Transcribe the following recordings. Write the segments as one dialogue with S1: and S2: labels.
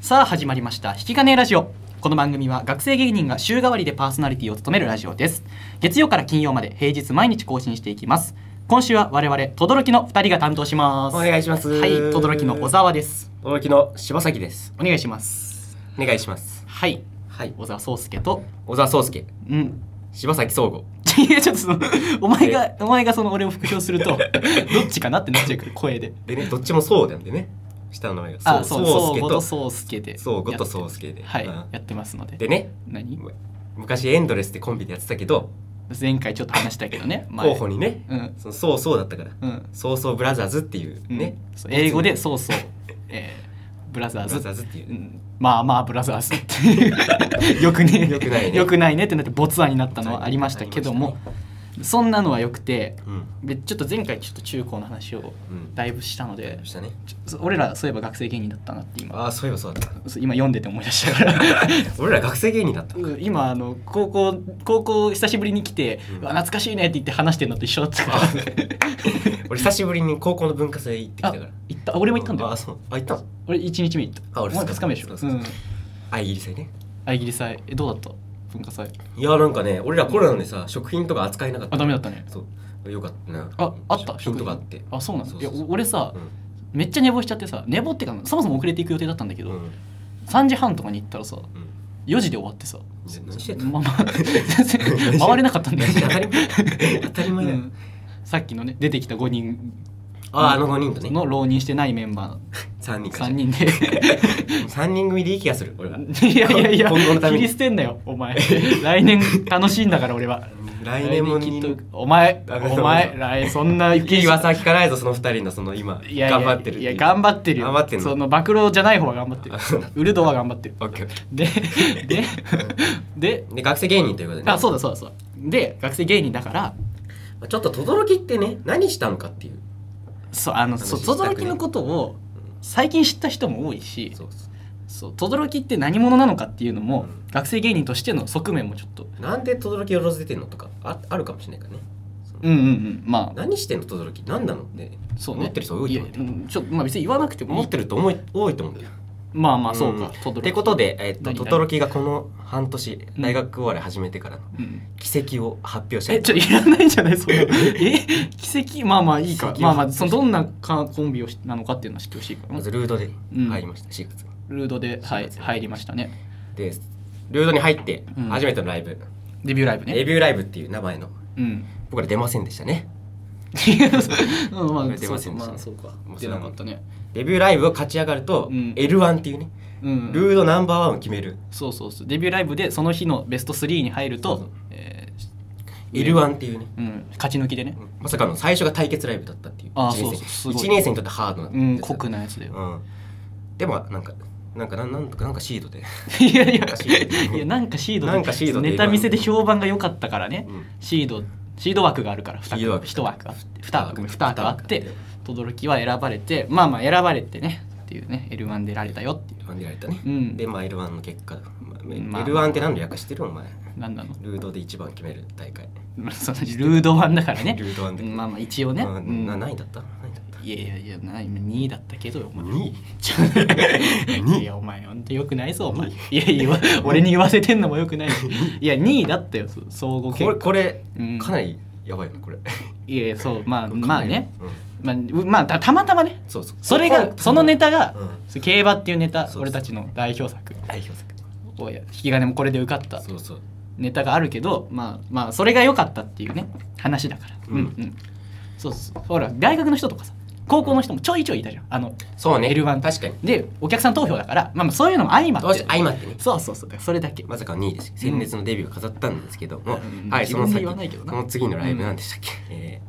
S1: さあ始まりました引き金ラジオこの番組は学生芸人が週替わりでパーソナリティを務めるラジオです月曜から金曜まで平日毎日更新していきます今週は我々轟の2人が担当します
S2: お願いします
S1: はい轟の小沢です
S2: 驚きの柴崎です
S1: お願いします
S2: お願いします
S1: はい
S2: はい
S1: 小沢壮介と
S2: 小沢壮介
S1: うん
S2: 柴崎総合
S1: いやちょっとそのお前がお前がその俺を復唱す るとどっちかなってなっちゃうから声で
S2: でねどっちもそうなんでね下の名前が
S1: あ
S2: そ
S1: そうう
S2: 壮
S1: そう
S2: 介
S1: ごと
S2: と
S1: そうすけで
S2: 総合と
S1: う
S2: 壮介で
S1: はい
S2: うん
S1: やってますので
S2: でね
S1: 何
S2: 昔エンドレスってコンビでやってたけど
S1: 前回ちょっと話したけどね前
S2: 候補にね
S1: うん
S2: そのそうそうだったから
S1: うん
S2: そうそうブラザーズっていうね
S1: ね、そう英語でそうそう、えーブラザー
S2: ブラザ
S1: ズ、、
S2: ーズっていううん
S1: まあまあブラザーズっていうよくね
S2: よくない ね
S1: よくないねってなってボツアンになったのはありましたけども、そんなのはよくて
S2: うん
S1: でちょっと前回ちょっと中高の話を
S2: うん
S1: だいぶしたので
S2: したね
S1: ちょそう俺らそういえば学生芸人だったなって今
S2: ああそういえばそうだった
S1: そう今読んでて思い出したから
S2: 俺ら学生芸人だった
S1: うん今あの高校高校久しぶりに来て、
S2: うん
S1: うわ懐かしいねって言って話してるのと一緒だったから
S2: あ俺久しぶりに高校の文化祭行ってきた
S1: あ
S2: から
S1: 行った俺も行ったんだよ
S2: あそうあ行ったの
S1: 俺1日目行った
S2: あ俺
S1: お前二日目でし
S2: そ
S1: ょ
S2: うそうそう
S1: うん
S2: あイギリスね
S1: あいぎり祭えどうだった文化祭
S2: いやなんかね俺らコロナでさ食品とか扱えなかった
S1: あダメだったね
S2: そうよかったな
S1: ああった
S2: 食品とかあって
S1: あそうな
S2: そ
S1: の
S2: う
S1: い
S2: そう
S1: や
S2: そう
S1: お俺さ
S2: うん
S1: めっちゃ寝坊しちゃってさ寝坊ってかそもそも遅れていく予定だったんだけ
S2: う
S1: ど
S2: ん
S1: 3時半とかに行ったらさ
S2: うん
S1: 4時で終わってさ
S2: じゃ何してた
S1: まあまあ回れなかったんだよ
S2: 当たり
S1: ね
S2: 前 当たり前だ
S1: う
S2: よ
S1: んさっきのね出てきた5人
S2: ああの5人とね
S1: の浪人してないメンバ
S2: 3
S1: ー
S2: 人か
S1: 3人 で
S2: 三人組でいい気がする俺はい
S1: やいやいや
S2: 今後のため
S1: 切
S2: に
S1: り捨てんなよお前来年楽しいんだから俺は
S2: 来年も
S1: 来年
S2: 人
S1: きっとお前
S2: ダメだ
S1: お前来そんな
S2: 聞き噂聞かないぞその2人のその今
S1: いやいや
S2: 頑張ってる
S1: いや頑張ってるよ
S2: 頑張ってん
S1: そ
S2: の
S1: の暴露じゃない方は頑張ってる
S2: あそう
S1: 売る度は頑張ってる
S2: オッケーオッケ
S1: ででで
S2: ーで学生芸人ということでね
S1: あそうだそうだそうだで学生芸人だから
S2: まあちょっと轟ってね何したのかっていう
S1: そうあの
S2: 話
S1: そう
S2: したくね
S1: 轟のことを最近知った人も多いし
S2: そうそ
S1: そう轟って何者なのかっていうのも、
S2: うん
S1: 学生芸人としての側面もちょっと
S2: うなんで轟よろず出てんのとかああるかもしれないからねその
S1: うんうんうんまあ
S2: 何してんの轟何なのって
S1: そうね
S2: 思ってる人多いと思う
S1: やうんちょっとまあ別に言わなくてもいい
S2: 思ってると思い多いと思うんだよ。
S1: まあまあそうか、
S2: ん
S1: 轟
S2: ってことで、えっと
S1: 何
S2: トトロキがこの半年
S1: うん
S2: 大学終わり始めてからの
S1: うん
S2: 奇跡を発表したい
S1: えちょいらないじゃないそ れえ奇跡まあまあいいか
S2: 奇跡
S1: まあまあそのどんなかコンビをしなのかっていうのは知ってほしいから
S2: まずルードで
S1: うん
S2: 入りました、4月に
S1: ルードで、はい
S2: そう、ですね
S1: 入りましたね
S2: でルードに入って
S1: うん
S2: 初めてのライブ、
S1: デビューライブ
S2: レ
S1: ね
S2: ビューライブっていう名前の
S1: うん
S2: 僕ら出ませんでしたね
S1: うんまあ
S2: 出
S1: そうそ
S2: ませ
S1: うんま
S2: でしたね
S1: あそうか
S2: もう
S1: 出なかったね
S2: レビューライブを勝ち上がると、
S1: うん
S2: L1 っていうね
S1: うん
S2: ルードナンバーワンを決める、
S1: そうそうそうデビューライブでその日のベスト3に入る
S2: そう
S1: と
S2: そう
S1: え
S2: L1 っていうね
S1: ーうん勝ち抜きでね
S2: まさかの最初が対決ライブだったっていう
S1: あー
S2: 一年
S1: そう
S2: 生
S1: そうすごい
S2: 一年生にとってハードな
S1: うん
S2: やつだった
S1: 酷なやつだよ
S2: うん、でもなんかなんかなんなんとかなんかシードで、
S1: いやいや
S2: なんかシード
S1: いやなんかシードで
S2: なんかシードで
S1: ネタ見せで評判が良かったからね
S2: うん、
S1: シードシード枠があるから
S2: シード枠
S1: 1枠あって2枠二枠あって轟は選ばれてまあまあ選ばれてねっていうね L1 出られたよってい
S2: 選んでられたね、
S1: ううん
S2: でまあ L1 の結果、まあ
S1: まあ
S2: L1 って何で略してるお前
S1: 何なの
S2: ルードで一番決める大会
S1: そのルード1だからね
S2: ルード1で、
S1: まあまあ一応ね、
S2: まあ
S1: うん
S2: な何位だった何位だった
S1: いやいやいやな2位だったけどよお 前
S2: 2位
S1: ち ょいやお前ほんとよくないぞお前いやいや俺に言わせてんのもよく ないしいや2位だったよそ総合結
S2: これ
S1: 果
S2: これ、
S1: うん
S2: かなりやばいなこれ
S1: いやいやそうまあ まあね、
S2: うん
S1: まあ、うまあたたまたまね
S2: そうそう
S1: それがそのネタが、
S2: うん
S1: そう競馬っていうネタ
S2: そうそう
S1: 俺たちの代表作
S2: 代表作
S1: をや引き金もこれで受かった
S2: そうそう
S1: ネタがあるけどまあまあそれが良かったっていうね話だからう
S2: うんん
S1: うんそうそうほら大学の人とかさ高校の人もちょいちょいいたじゃんあの
S2: そうね
S1: L1
S2: 確かに
S1: でお客さん投票だからまあまあそういうのも相ま
S2: どう
S1: っ
S2: してて相まってね
S1: そうそうそうだからそれだけ
S2: まさかの2位です鮮烈のデビューを飾ったんですけども、
S1: うん
S2: はい
S1: 自
S2: そ
S1: 分
S2: の
S1: で
S2: 先
S1: 言わないけどな
S2: その次のライブなんでしたっけ、えー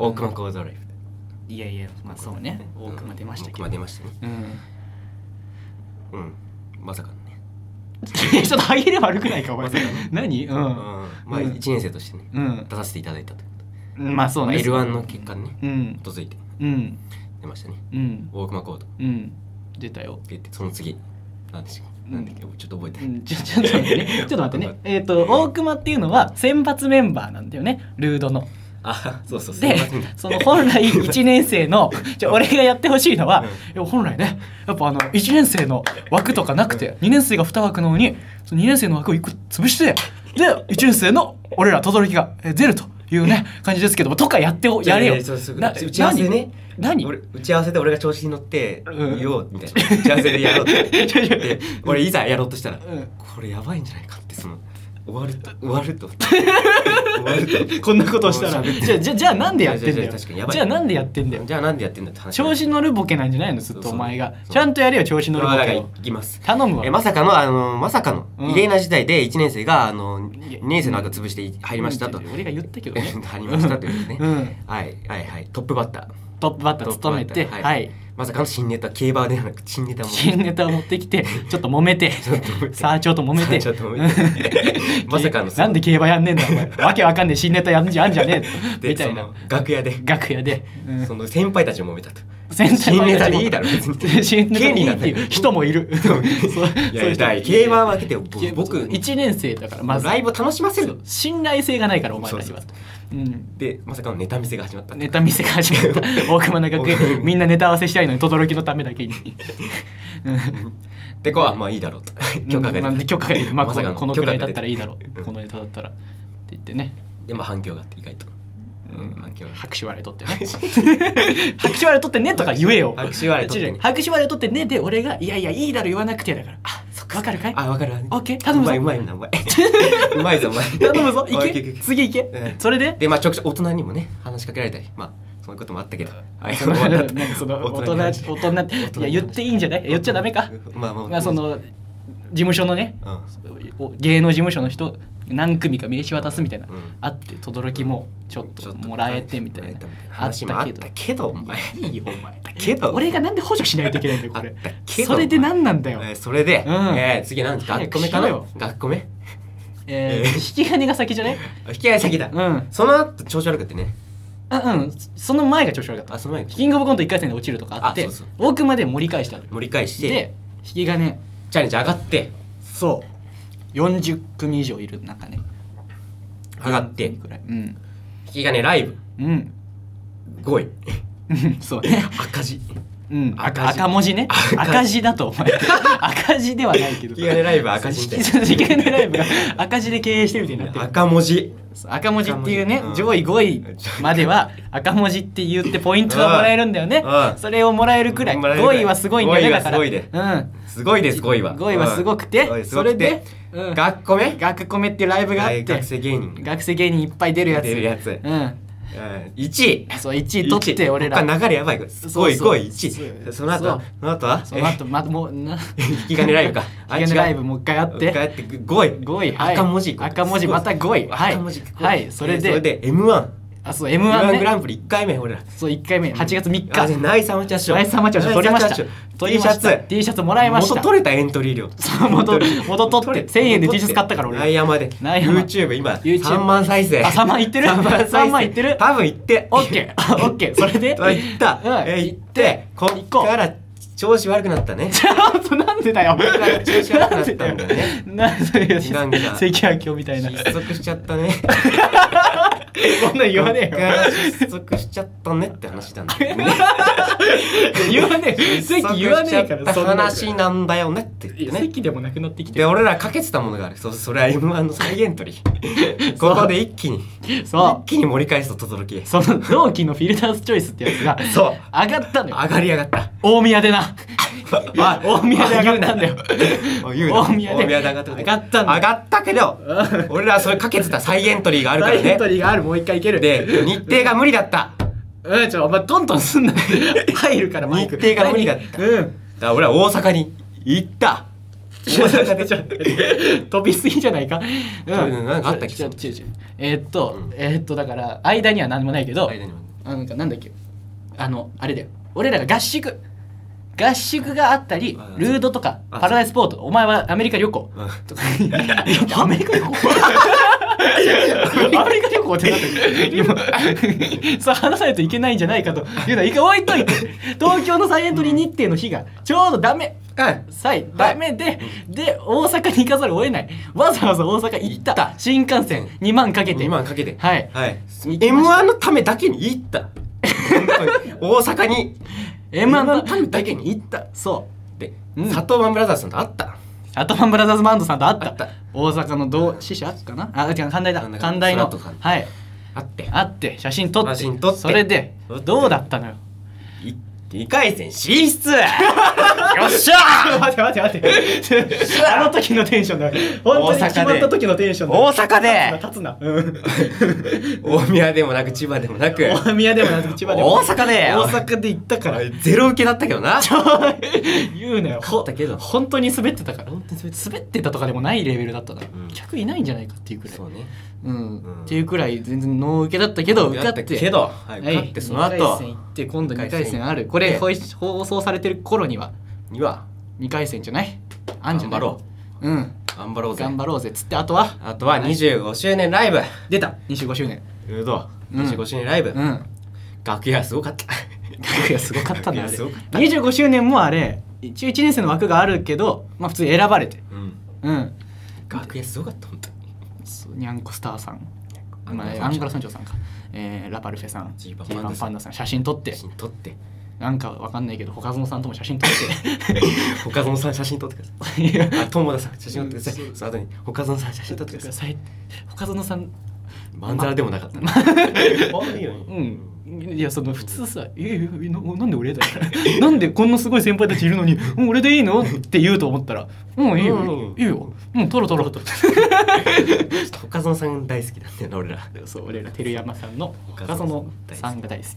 S2: 大熊講座ライブ
S1: いやいやまあそうね
S2: うん
S1: 多くま出ましたけ
S2: 大
S1: ど
S2: 熊出ましたね
S1: うん
S2: うんまさかのね
S1: いやちょっと歯切れ悪くないかお前
S2: まさか
S1: 何う
S2: うんんま
S1: うん
S2: あ1年生としてね
S1: うん
S2: 出させていただいたということ
S1: まあそう
S2: まあ
S1: ね
S2: L1 の結果にね
S1: うん
S2: 基づいて
S1: うん
S2: 出ましたね
S1: うん
S2: 大熊講座って
S1: うん出たよ
S2: 言ってその次なんでしたっけなんだっけちょっと覚えて
S1: う
S2: ない
S1: んちょちょっと 待ってね。ちょっと待ってね。えっ、と、大熊っていうのは選抜メンバーなんだよね。ルードの。
S2: あそうそうそう
S1: でその本 来1年生のじゃあ俺がやってほしいのは、いや本来ねやっぱあの1年生の枠とかなくて2年生が2枠なのにその2年生の枠を1個潰してで1年生の俺ら轟がえ出るというね感じですけどもとかやっておやれよ
S2: いやいやそうそう
S1: な
S2: 打ち合わせね
S1: 何
S2: 俺打ち合わせで俺が調子に乗って
S1: うん
S2: 言おうみたいな打ち合わせでやろうって
S1: いやいや
S2: で俺いざやろうとしたら
S1: うん
S2: これやばいんじゃないかってその終わると終わると終わると
S1: こんなことをしたら
S2: もう喋って
S1: じゃあじゃあじゃあなんでやってんだ
S2: いやいやい
S1: よ
S2: や確かにやばい
S1: じゃあなんでやってんだよ
S2: じゃあなんでやってんだって話
S1: 調子乗るボケなんじゃないのずっ
S2: そう
S1: と
S2: そう
S1: お前が
S2: そう
S1: ちゃんとやれよ調子乗るボ
S2: まあだか
S1: ケ
S2: らい
S1: を
S2: きます
S1: 頼むわ
S2: えまさかのあのまさかの
S1: うん
S2: 異例な事態で1年生があの
S1: や
S2: 2年生の後潰して 入りましたと
S1: 俺が言ったけどね
S2: 入りましたというね
S1: うん
S2: はいはいはいトップバッター
S1: トップバッター務めて
S2: トップバッター
S1: は
S2: はいまさかの新ネタ競馬ではなく新ネタも
S1: 新ネタを持ってきてちょっと揉めて
S2: ょっと揉めて
S1: さあちょっと揉めて
S2: ちょっと揉 めてまさかの
S1: なんで競馬やんねえんだお前わけわかんねえ新ネタやんじゃんじゃねえ
S2: で
S1: みたい
S2: そ
S1: な
S2: の楽屋で
S1: 楽屋でうん
S2: その先輩たちも揉めたと
S1: 先輩
S2: 新ネタでいいだろ別 に
S1: 新ネタでいいって
S2: 権利
S1: い
S2: な
S1: うん
S2: だよ
S1: 人もいるそうそうい
S2: いや
S1: う人も
S2: だい競馬は分けてよぼ
S1: いや
S2: 僕
S1: 1年生だからまず
S2: ライブを楽しませ
S1: そ
S2: る
S1: う信頼性がないからお前たちは
S2: そうそう
S1: うん
S2: でまさかのネタ見せが始まった
S1: ネタ見せが始まった 大熊の学園みんなネタ合わせしたいのに轟のためだけに
S2: でこうあまあいいだろうと許可が出
S1: なんで
S2: た
S1: 許可が出るまあ
S2: ま
S1: こ
S2: さか
S1: の
S2: の
S1: このくらいだったらいいだろ
S2: 許可が出
S1: う
S2: て
S1: このネタだったらって言ってね
S2: でまあ反響があって意外と
S1: うん
S2: 反響があって
S1: 拍手割れとってね 拍手割れとってねとか言えよ
S2: 拍手割れ取ってね
S1: 拍手割れとってねで俺がいやいやいいだろ言わなくてだからあそっかわかるかい
S2: あ分かる
S1: オッケー頼むぞ
S2: うまいうまいなうまい うまいぞうまい
S1: 頼むぞい
S2: おい
S1: け次いけ
S2: うん
S1: それで
S2: でまあ直接大人にもね話しかけられたりまあそういうこともあったけどはい
S1: その
S2: 終わっ た
S1: なんかその大人大
S2: 大人
S1: 人いや言っていいんじゃない言っちゃダメか
S2: まあまあ
S1: まあその事務所のね
S2: うん
S1: お芸能事務所の人何組か名刺渡すみたいな、
S2: うん
S1: あって轟もちょっともらえてみたいなあっ
S2: 話も
S1: た
S2: あっ
S1: けど
S2: たけどお前
S1: いいよお前
S2: だけど
S1: 俺がなんで補助しないといけないんだよこれ
S2: あったけど
S1: それで何なんだよ、
S2: えーそれで、
S1: うん
S2: えー次なんですか
S1: 早
S2: 学
S1: く
S2: 校
S1: しろ
S2: 目かな
S1: よ
S2: 学校目
S1: え
S2: え
S1: ー
S2: ー
S1: 引き金が先じゃね
S2: 引き合い先だ、
S1: うん
S2: その後調子悪くてね
S1: あうんその前が調子悪か
S2: あ
S1: っ
S2: その前に
S1: たキングオブコント1回戦で落ちるとかあって
S2: あそうそう
S1: 奥まで盛り返したのよ
S2: 盛り返して
S1: で引き金
S2: チャレンジ上がって
S1: そう40組以上いる中ね
S2: 上がって
S1: 40組くらいうん
S2: 引き金ライブ
S1: うん
S2: 5位
S1: うん そうね
S2: 赤字
S1: うん、
S2: 赤
S1: 赤
S2: 字
S1: 赤文字ね
S2: 赤字
S1: 赤字だとお前 赤字ではないけど
S2: 引き金ライブ赤字みたいな
S1: 引き金ライブが赤字で経営してるみたいになってる
S2: 赤文字
S1: そう赤文字っていうね
S2: 赤文字
S1: 上位5位までは赤文字って言ってポイントがもらえるんだよね
S2: うんうん
S1: それをもらえるくらい
S2: もらえるくら
S1: 5
S2: い
S1: 位はすごいんだよね
S2: 5位は
S1: だから
S2: すごいで
S1: うん
S2: すごいです5位は
S1: 5位はすごくて
S2: うん5位す
S1: そ
S2: ごく
S1: れ
S2: て
S1: でうん
S2: 学校目
S1: 学コメっていうライブがあって
S2: 大学生芸人
S1: 学生芸人いっぱい出るやつ
S2: 出るやつ
S1: うん
S2: 1位
S1: そう1位取って俺ら
S2: 他流れやばい5
S1: そう
S2: 位
S1: そう
S2: 5位1位その後
S1: そ
S2: は
S1: う
S2: その後は
S1: その後まもうな
S2: えー引き金ライブかあ
S1: 引き金ライブ
S2: 違う
S1: もう一回あって
S2: もう一回やって5位
S1: 5位、はい、
S2: 赤文字
S1: 赤文字また5位はい
S2: 赤文字
S1: はいそれで
S2: えーそれで M1
S1: あそう
S2: M1
S1: M1
S2: グ
S1: ね
S2: ランプリ1回目俺ら
S1: そう1回目8月3
S2: あじゃあ
S1: 日
S2: ナイスアマチュア賞
S1: ライスアマチュア賞取りました取り
S2: T シ
S1: ま
S2: ャ
S1: した T
S2: ツ
S1: シャツもらいました
S2: 元取れたエントリー料
S1: そう元元取って1000円で T シャツ買ったから俺
S2: ナイアマで
S1: ナイアマ
S2: YouTube 今
S1: YouTube
S2: 3万再生
S1: あ3万いってる
S2: 3万再生
S1: 3万いってる
S2: 多分いって
S1: オッケーオッケーそれで
S2: あ行った
S1: うん
S2: え行ってこっから調子悪くなった ね
S1: ちょっと なんでだよ
S2: こっから調子悪くなったんだよね
S1: なんでだよ
S2: なんか
S1: 関脇京みたいな
S2: 失速しちゃったね
S1: こんなん言わねえ
S2: こっか
S1: よ
S2: ら失速しちゃったねって話なんだよね
S1: 言わねえ
S2: 失
S1: 関
S2: 速
S1: 言わ
S2: し
S1: ね
S2: ちゃ
S1: え
S2: っ
S1: から
S2: た
S1: そんな
S2: 話なんだよねって
S1: い
S2: 言
S1: や
S2: ってね
S1: 関でもなくなってきて
S2: で俺らかけてたものがあるそうそれは m 1の再エン トリーここで一気に
S1: そ
S2: 一気に盛り返すと轟
S1: うその同期のフィルターズチョイスってやつが
S2: そう
S1: 上がったのよ
S2: 上がりや がった
S1: 大宮でな
S2: あ
S1: 大宮で上がったんだよ
S2: あ言 うな
S1: 大宮で
S2: で上がった
S1: 上がったんだ
S2: 上がったけど俺らそれかけてた再エントリーがあるから
S1: 大エン
S2: ね
S1: トリーがあるもう一回いける
S2: で日程が無理だっただか
S1: うんちょお前トントンすんな入るからマイク
S2: 日程が無理だった
S1: うん
S2: ら俺は大阪に行った
S1: ちょっと待ってちょっと待って飛びすぎじゃないか。う
S2: なんかあったっけ
S1: ちょちょちょえーっと、
S2: うん
S1: えーっとだから間 には何もないけど、
S2: 間にも
S1: なんかなんだっけ、あのあれだよ。俺らが合宿合宿があったり
S2: あ、
S1: ルードとか
S2: あ
S1: パラダイスポート、お前はアメリカ旅行
S2: うん
S1: とか。い やアメリカ旅行。アメリカ旅行ってなってる今さあ話さないといけないんじゃないかというのは一回置いといて東京のサイエントリー日程の日がちょうどダメ
S2: はい
S1: さえダメで、で大阪に行かざるを得ないわざわざ大阪行った新幹線2万かけて
S2: 2万かけて
S1: はい
S2: はい
S1: 行
S2: m
S1: きました
S2: 1のためだけに行った 本当に大阪に
S1: M1
S2: M1
S1: の
S2: のためだけに行った
S1: そう
S2: で、
S1: うん
S2: 佐藤マンブラザーズさんと会った
S1: アトマンブラザーズバンドさんと会った
S2: 会った
S1: 大阪の同志社かなあ違う寛大だ
S2: 神田
S1: 寛大の
S2: その後か
S1: はい
S2: 会って
S1: 会って写真撮って
S2: 写真撮って
S1: それで
S2: 撮って
S1: どうだったのよ
S2: い2回戦 進出よっし
S1: あ
S2: ゃ
S1: 待って待って待ってあの時のテンションだ本当に決まった時のテンションだ
S2: 大阪で
S1: 立つな立つな
S2: 大宮でもなく千葉でも なく
S1: うん大宮でもなく千葉でも
S2: 大阪で
S1: 大阪で行ったから
S2: ゼロ受けだったけ どな
S1: 言うなよ
S2: 勝ったけど
S1: 本当に滑ってたから
S2: 本当に滑って
S1: 滑ってたとかでもないレベルだったな、
S2: ん
S1: 客いないんじゃないかっていうくらい、
S2: そううね
S1: ん
S2: うん
S1: っていうくらい全然ノー受けだったけど受かって
S2: けど、はい、
S1: はい
S2: 受かってその
S1: 2回
S2: 後
S1: 戦行って今度2回戦あるこれ
S2: で
S1: 放送されてる頃には
S2: には
S1: 2回戦じゃないあんじゃない
S2: 頑張ろ
S1: ううん
S2: 頑張ろうぜ
S1: 頑張ろうぜっつってあとは
S2: あとは25周年ライブ
S1: 出た25周年
S2: うど
S1: うん
S2: 25周年ライブ、
S1: うん
S2: 楽屋すごかった
S1: 楽屋すごかったんだあれ
S2: 楽屋すごかっ
S1: 25周年もあれ一応1年生の枠があるけどまあ普通に選ばれて
S2: うん
S1: うん
S2: 楽屋すごかった本当に
S1: そうにゃんこスターさん
S2: あ
S1: まあアンゴラ村長さんか、えーラパルフェさん、
S2: ジ
S1: ジ
S2: ー
S1: ー
S2: パ
S1: パ
S2: ン
S1: ンパンダさん、写真撮って
S2: 写、真撮って
S1: なんかわかんないけど、他園さんとも写真撮っ
S2: 岡園さん写真撮ってくださ
S1: て、いや
S2: いあ友田さん写真撮ってください、
S1: うん
S2: その後に岡園さん写真撮ってください
S1: 他園さん、
S2: まんざらでもなかったな多いよ
S1: う
S2: ね
S1: ん、いや、その普通さ、いやいやいやななんで俺だよ、 なんでこんなすごい先輩たちいるのに、うん俺でいいのって言うと思ったら、うん、いいよ、
S2: うん
S1: いいよ、うん、撮ろう撮ろうと。
S2: 岡園さん大好きなんだよな俺ら
S1: そう、俺ら、照山さんの
S2: 他
S1: 他
S2: 園さん
S1: 園さんが大好き。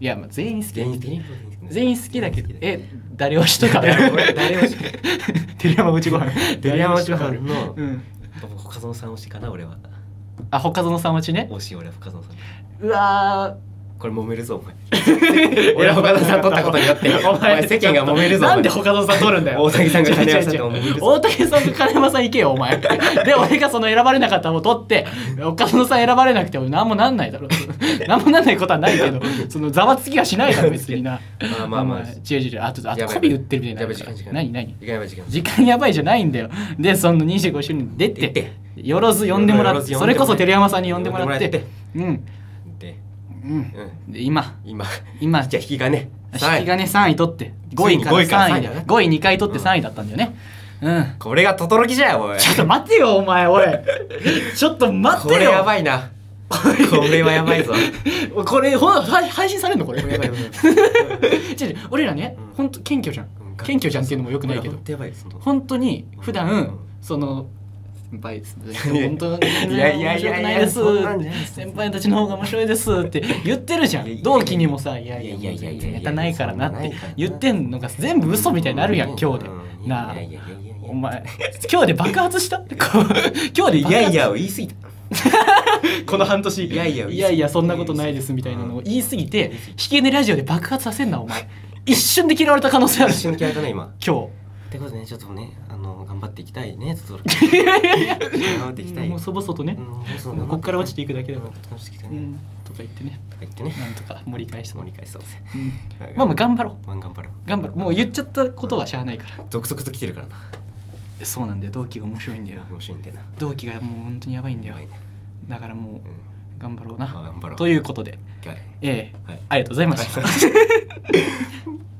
S1: いや、まあ全員好きだ
S2: 全
S1: けど
S2: 員全員
S1: 全員好きだけど、え、誰推しとか。
S2: 誰俺誰推し
S1: 照山うちごはん。
S2: 照山うちごはんの
S1: うん。
S2: 岡園さん推しかな俺は
S1: あ、他園さんうちね。
S2: 推し俺は岡園さん
S1: うわ
S2: これ揉めるぞお前
S1: ー。
S2: 俺は他園さん取ったことによってお前世間が揉めるぞ
S1: なんで
S2: お
S1: 他園さん取るんだよ。
S2: 大竹さんが金山さんと揉める
S1: 違う違
S2: ぞ
S1: う違う 大竹さんが金山さん行けよ、お前。 で、俺がその選ばれなかったのを取って、岡園さん選ばれなくても何もなんないだろう。何もなんないことはないけど、そのざわつきはしないだろ、別にな。
S2: まあまあまあ
S1: 違う違う違う。あと、あと、
S2: やばい
S1: 媚び売ってるみたいになるから。
S2: やばい時間時間
S1: 何何
S2: いかないば時間
S1: 時間やばいじゃないんだよでその25周年出て
S2: 出て
S1: よろず呼んでもらって
S2: よろず呼んでもらって
S1: それこそ照山さんに呼んでもらって
S2: 呼んでも
S1: うん
S2: で
S1: うん
S2: うん
S1: で今
S2: 今
S1: 今
S2: じゃあ引き金
S1: 引き
S2: 三位
S1: がね3位取って5位から
S2: ついに5位から
S1: 3位
S2: 三位だ
S1: だ
S2: ね
S1: 5位2回取って3位だったんだよねうん
S2: これがトトロキじゃよおい
S1: ちょっと待てよお前 おいちょっと待
S2: こ
S1: て
S2: れや
S1: よ
S2: ばい なこれはやばいぞ
S1: これほんは配信されんのこれ
S2: これやばいやば い
S1: 違う違う俺らね
S2: うん
S1: ほんと謙虚じゃん
S2: うん
S1: 謙虚じゃんっていうのもよくないけ
S2: これ
S1: ど
S2: 本当やばいその
S1: 本当に普段、
S2: うん
S1: その先輩です
S2: いや
S1: 本当に
S2: いやいや
S1: 面
S2: い
S1: 白
S2: や
S1: く
S2: い
S1: な
S2: や
S1: いです
S2: そんなんじゃないです
S1: 先輩たちの方が面白いですって言ってるじゃ
S2: いやいやい
S1: ん
S2: や
S1: 同期にもさ「いやいや
S2: い
S1: い
S2: や
S1: や
S2: い
S1: い
S2: や
S1: や
S2: いやいや
S1: ネタないからな」っ
S2: そんなない
S1: て
S2: からな
S1: 言ってんのが全部嘘みたいになるやん今日で
S2: うん
S1: なあ
S2: いやいやいやいやいや
S1: お前今日で爆発したこう 今日で
S2: い
S1: 爆発
S2: やいやを言い過ぎ た
S1: この半年
S2: いやいや
S1: いやいやそんなことないですみたいなのを言い過ぎて引け根ラジオで爆発させんなお前一瞬で嫌われた可能性ある
S2: 一瞬気合いだね今
S1: 今
S2: ってことでねちょっとねあの頑張っていきたいねトトロキ
S1: 日いやいやいや
S2: 頑張っていきたい
S1: もうそぼそとね、
S2: こ
S1: ここから落ちていくだけだから、
S2: 落ちてきた
S1: う
S2: ね
S1: ん、とか言ってね
S2: とか言ってね
S1: なんとか盛り返した
S2: 盛り返そうぜ
S1: うんまあまあ頑張ろう
S2: まあ頑張ろう
S1: 頑張ろうもう言っちゃったことはしゃあないから
S2: 続々と来てるからな
S1: そうなんだよ同期が面白いんだよ
S2: 面白いんだよな
S1: 同期がもう本当にやばいんだよ
S2: やばいね
S1: だからも
S2: うん
S1: う頑張ろうな、
S2: まあ頑張ろう
S1: ということで
S2: はい
S1: ええ
S2: はい
S1: ありがとうございました